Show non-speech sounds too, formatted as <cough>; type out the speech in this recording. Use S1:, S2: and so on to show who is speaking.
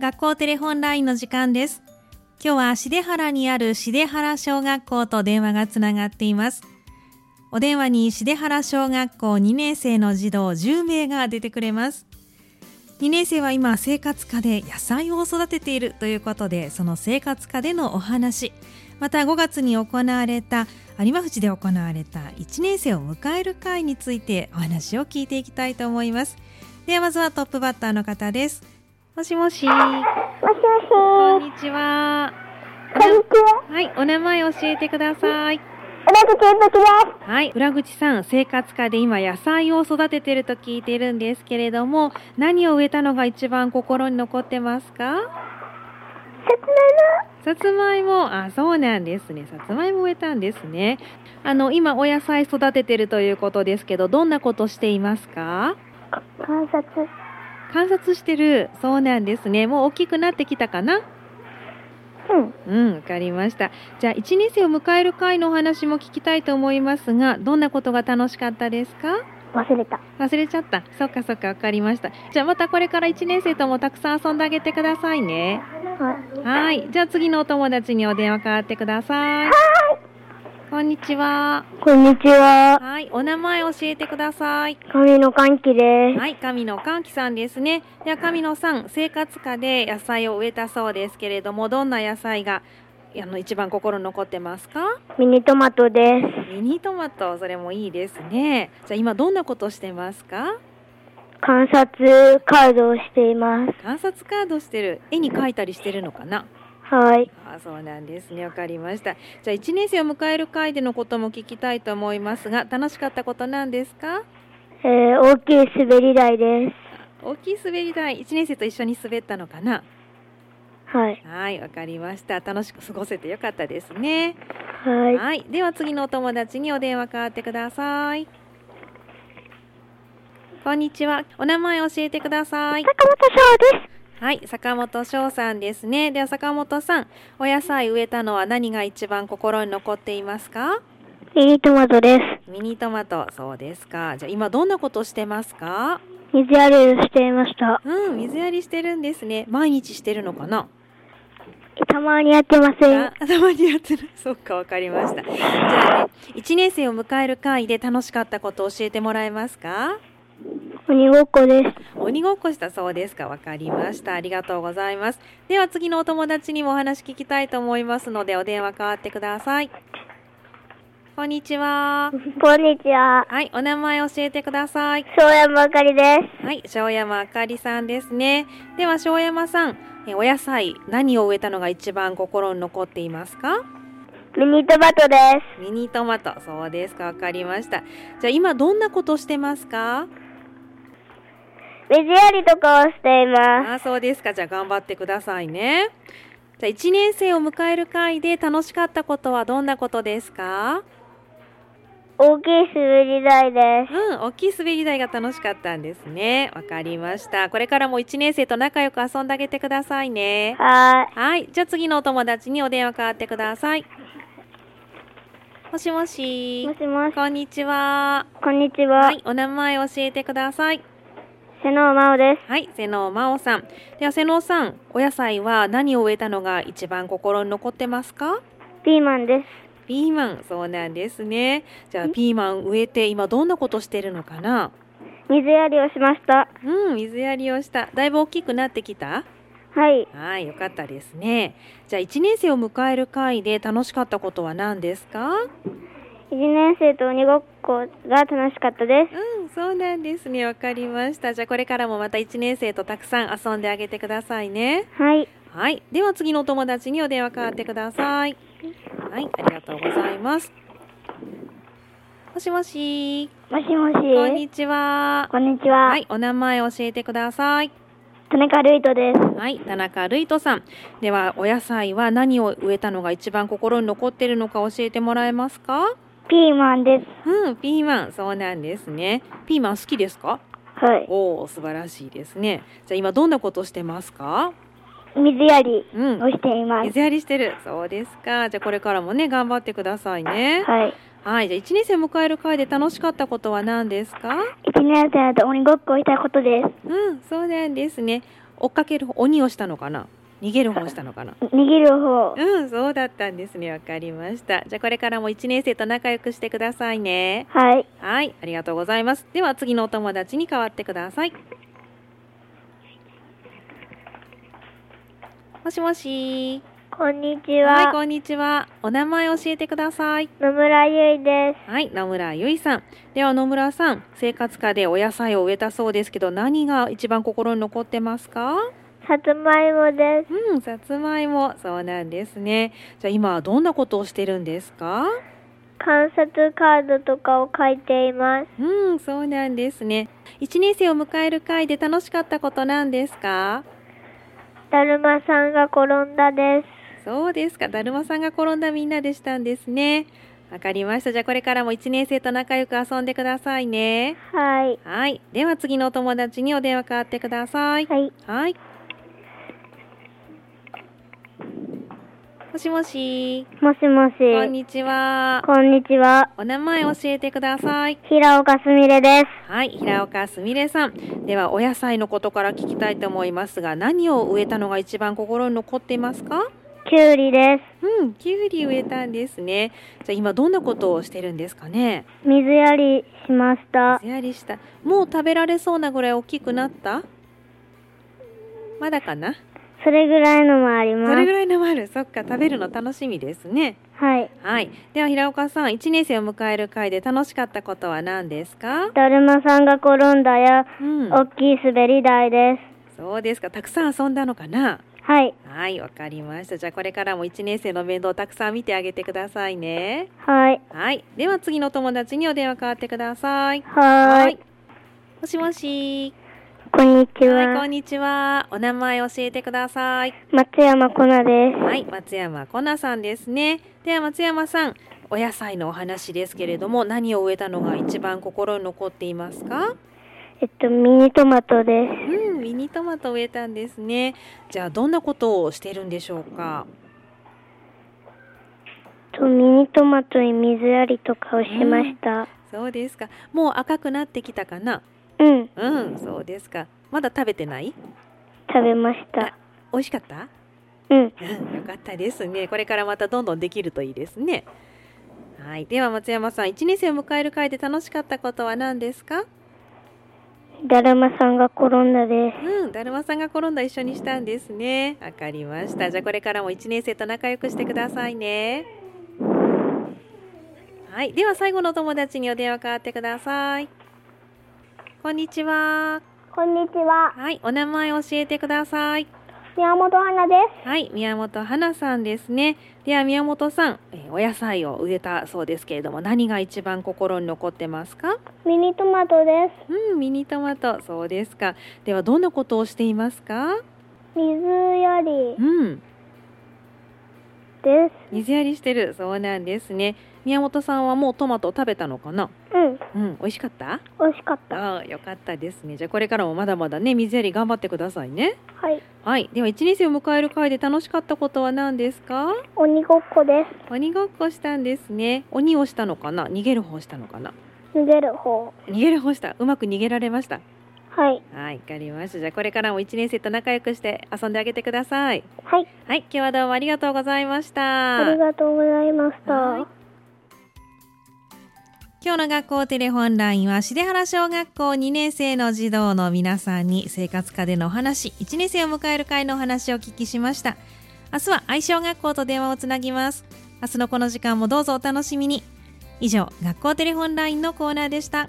S1: 学校テレホンラインの時間です今日は重原にある重原小学校と電話がつながっていますお電話に重原小学校2年生の児童10名が出てくれます2年生は今生活科で野菜を育てているということでその生活科でのお話また5月に行われた有馬富士で行われた1年生を迎える会についてお話を聞いていきたいと思いますではまずはトップバッターの方ですもしもし
S2: もし
S1: こ
S2: も
S1: ん
S2: し。
S1: にちは
S2: こんにちは。
S1: はいお名前教えてくださいう
S2: なずけんときで
S1: はい裏口さん生活科で今野菜を育ててると聞いてるんですけれども何を植えたのが一番心に残ってますか
S2: す。説明
S1: さつまいも、あ、そうなんですね。さつまいも植えたんですね。あの、今お野菜育ててるということですけど、どんなことしていますか
S2: の観察。
S1: 観察してる。そうなんですね。もう大きくなってきたかな
S2: うん。
S1: うん、わかりました。じゃあ、1年生を迎える会のお話も聞きたいと思いますが、どんなことが楽しかったですか
S2: 忘れた。
S1: 忘れちゃった。そっかそっか、わかりました。じゃあ、またこれから1年生ともたくさん遊んであげてくださいね。
S2: はい。
S1: はい。じゃあ、次のお友達にお電話代わってください。こんにちは。
S2: こんにちは。
S1: はい、お名前教えてください。
S2: 神の歓喜です。
S1: はい、神野かんきさんですね。では神野さん、生活科で野菜を植えたそうですけれども、どんな野菜があの一番心に残ってますか？
S2: ミニトマトです。
S1: ミニトマト、それもいいですね。じゃあ今どんなことしてますか？
S2: 観察カードをしています。
S1: 観察カードしてる、絵に描いたりしてるのかな？
S2: はい。
S1: あーそうなんですね。わかりました。じゃあ1年生を迎える会でのことも聞きたいと思いますが、楽しかったことなんですか？
S2: えー、大きい滑り台です。
S1: 大きい滑り台、1年生と一緒に滑ったのかな？
S2: はい。
S1: はい、わかりました。楽しく過ごせてよかったですね。
S2: はい。
S1: はい、では次のお友達にお電話代わってください。こんにちは。お名前教えてください。
S2: 坂本翔です。
S1: はい、坂本翔さんですね。では坂本さん、お野菜植えたのは何が一番心に残っていますか？
S2: ミニトマトです。
S1: ミニトマト、そうですか。じゃあ今どんなことしてますか？
S2: 水やりをしていました。
S1: うん、水やりしてるんですね。毎日してるのかな？
S2: たまにやってません
S1: あ。頭にやってる。 <laughs> そっか、わかりました。じゃあね、1年生を迎える会で楽しかったことを教えてもらえますか
S2: 鬼ごっこです。
S1: 鬼ごっこしたそうですか。わかりました。ありがとうございます。では次のお友達にもお話聞きたいと思いますので、お電話代わってください。こんにちは。
S2: こんにちは。
S1: はい、お名前教えてください。
S2: 庄山あかりです。
S1: はい、庄山あかりさんですね。では庄山さん、えお野菜、何を植えたのが一番心に残っていますか
S2: ミニトマトで
S1: ミニトマト、そうですか、わかりました。じゃあ今どんなことしてますか？
S2: す。水やりとかをしています。
S1: ああ、そうですか。じゃあ頑張ってくださいね。じゃあ一年生を迎える会で楽しかったことはどんなことですか？
S2: 大きい滑り台です。
S1: うん、大きい滑り台が楽しかったんですね。わかりました。これからも一年生と仲良く遊んであげてくださいね。
S2: は
S1: はい、じゃあ次のお友達にお電話代わってください。もしもし。
S2: い。もしもし。
S1: こんにちは。
S2: こんにちは。
S1: はい、お名前教えてください。
S2: 瀬野真央です。
S1: はい、瀬野真央さん。では瀬野さん、お野菜は何を植えたのが一番心に残ってますか？
S2: ピーマンです。
S1: ピーマン、そうなんですね。じゃあピーマン植えて今どんなことしてるのかな？
S2: 水やりをしました。
S1: うん、水やりをした。だいぶ大きくなってきた？
S2: はい。
S1: はい、よかったですね。じゃあ1年生を迎える会で楽しかったことは何ですか？
S2: 1年生と鬼ごっこが楽しかったです。
S1: うん、そうなんですね。わかりました。じゃあこれからもまた1年生とたくさん遊んであげてくださいね。
S2: はい。
S1: はい、では次のお友達にお電話代わってください。はい、ありがとうございます。もしもし、
S2: もしもし。
S1: こんにちは。
S2: こんにちは。
S1: はい、お名前教えてください。
S2: 田中瑠人です。
S1: はい、田中瑠人さん。では、お野菜は何を植えたのが一番心に残ってるのか教えてもらえますか
S2: ピーマンです。
S1: うん、ピーマン、そうなんですね。ピーマン好きですか
S2: はい。
S1: おお、素晴らしいですね。じゃあ今どんなことしてますか
S2: 水やり
S1: うん。
S2: をしています。
S1: 水やりしてる。そうですか。じゃあこれからもね、頑張ってくださいね。
S2: はい。
S1: はい。じゃあ1年生迎える会で楽しかったことは何ですか
S2: 1年生と鬼ごっこをしたことです。
S1: うん、そうなんですね。追っかける方鬼をしたのかな逃げる方をしたのかな
S2: 逃げる方
S1: うんそうだったんですねわかりましたじゃあこれからも1年生と仲良くしてくださいね
S2: はい
S1: はいありがとうございますでは次のお友達に代わってくださいもしもし
S2: こんにち
S1: はい
S2: は、
S1: こんにちはお名前教えてください
S2: 野村ゆいです
S1: はい野村ゆいさんでは野村さん生活科でお野菜を植えたそうですけど何が一番心に残ってますか
S2: さつまいもです
S1: うん、さつまいも、そうなんですね。じゃあ今はどんなことをしてるんですか
S2: 観察カードとかを書いています
S1: うん、そうなんですね。1年生を迎える会で楽しかったことなんですか
S2: だるまさんが転んだです
S1: そうですか。だるまさんが転んだみんなでしたんですね。わかりました。じゃあこれからも1年生と仲良く遊んでくださいね。
S2: はい
S1: はい。では次のお友達にお電話変わってください。
S2: はい
S1: はい。もしもし。
S2: もしもし
S1: こんにちは。
S2: こんにちは
S1: お名前教えてください。
S2: 平岡すみれです
S1: はい、平岡すみれさん。ではお野菜のことから聞きたいと思いますが、何を植えたのが一番心に残っていますか？
S2: きゅうりで
S1: うん、きゅうり植えたんですね。じゃあ今どんなことをしてるんですかね？
S2: す水やりしました
S1: 水やりした。もう食べられそうなぐらい大きくなった？まだかな？
S2: それぐらいのもあり
S1: そ
S2: ま
S1: れぐ
S2: す
S1: らいのもある。そっか、食べるの楽しみですね。
S2: はい
S1: はい。では平岡さん、1年生を迎える会で楽しかったことは何ですか？
S2: だるまさんが転んだや
S1: うん、
S2: 大きい滑り台です
S1: そうですか。たくさん遊んだのかな？
S2: はい
S1: はい、わかりました。じゃあこれからも1年生の面倒をたくさん見てあげてくださいね。
S2: はい
S1: はい、では次のお友達にお電話変わってください。
S2: はーい。
S1: もしもし。
S2: こんにち
S1: はい、こ
S2: は
S1: んにちは。お名前教えてください。
S2: 松山こなです
S1: はい、松山こなさんですね。では松山さん、お野菜のお話ですけれども、何を植えたのが一番心に残っていますか？
S2: えっとミニトマトです
S1: うん、ミニトマトを植えたんですね。じゃあどんなことをしてるんでしょうか？
S2: えっとミニトマトに水やりとかをしました
S1: そうですか。もう赤くなってきたかな？
S2: うん、
S1: うん、そうですか。まだ食べてない
S2: 食べました
S1: 美味しかった
S2: うん
S1: うん、よかったですね。これからまたどんどんできるといいですね。はい。では松山さん、1年生を迎える会で楽しかったことは何ですか
S2: だるまさんが転んだで
S1: うん、だるまさんが転んだ一緒にしたんですね。わかりました。じゃあこれからも1年生と仲良くしてくださいね。はい。では最後のお友達にお電話変わってください。こんにちは。
S2: すこんにちは
S1: はい。お名前教えてください。
S2: 宮本花で
S1: はい、宮本花さんですね。では宮本さん、えーお野菜を植えたそうですけれども、何が一番心に残ってますか？
S2: すミニトマトで
S1: うん、ミニトマト、そうですか。ではどんなことをしていますか？
S2: す水やり
S1: うん、
S2: で
S1: 水やりしてる、そうなんですね。宮本さんはもうトマトを食べたのかな？
S2: すうん
S1: うん、美味しかった？
S2: 美味しかっ
S1: ああ、よかったですね。じゃあこれからもまだまだね、水やり頑張ってくださいね。
S2: はい
S1: はい、では1年生を迎える会で楽しかったことは何ですか？
S2: 鬼ごっこで
S1: 鬼ごっこしたんですね。鬼をしたのかな？逃げる方をしたのかな？
S2: す逃げる方
S1: 逃げる方した。うまく逃げられました。
S2: はい
S1: はい、わかりました。じゃあこれからも1年生と仲良くして遊んであげてください。
S2: はい
S1: はい、今日はどうもありがとうございました。
S2: ありがとうございました、
S1: はい今日の学校テレホンラインは、重原小学校2年生の児童の皆さんに生活科でのお話、1年生を迎える会のお話をお聞きしました。明日は愛小学校と電話をつなぎます。明日のこの時間もどうぞお楽しみに。以上、学校テレホンラインのコーナーでした。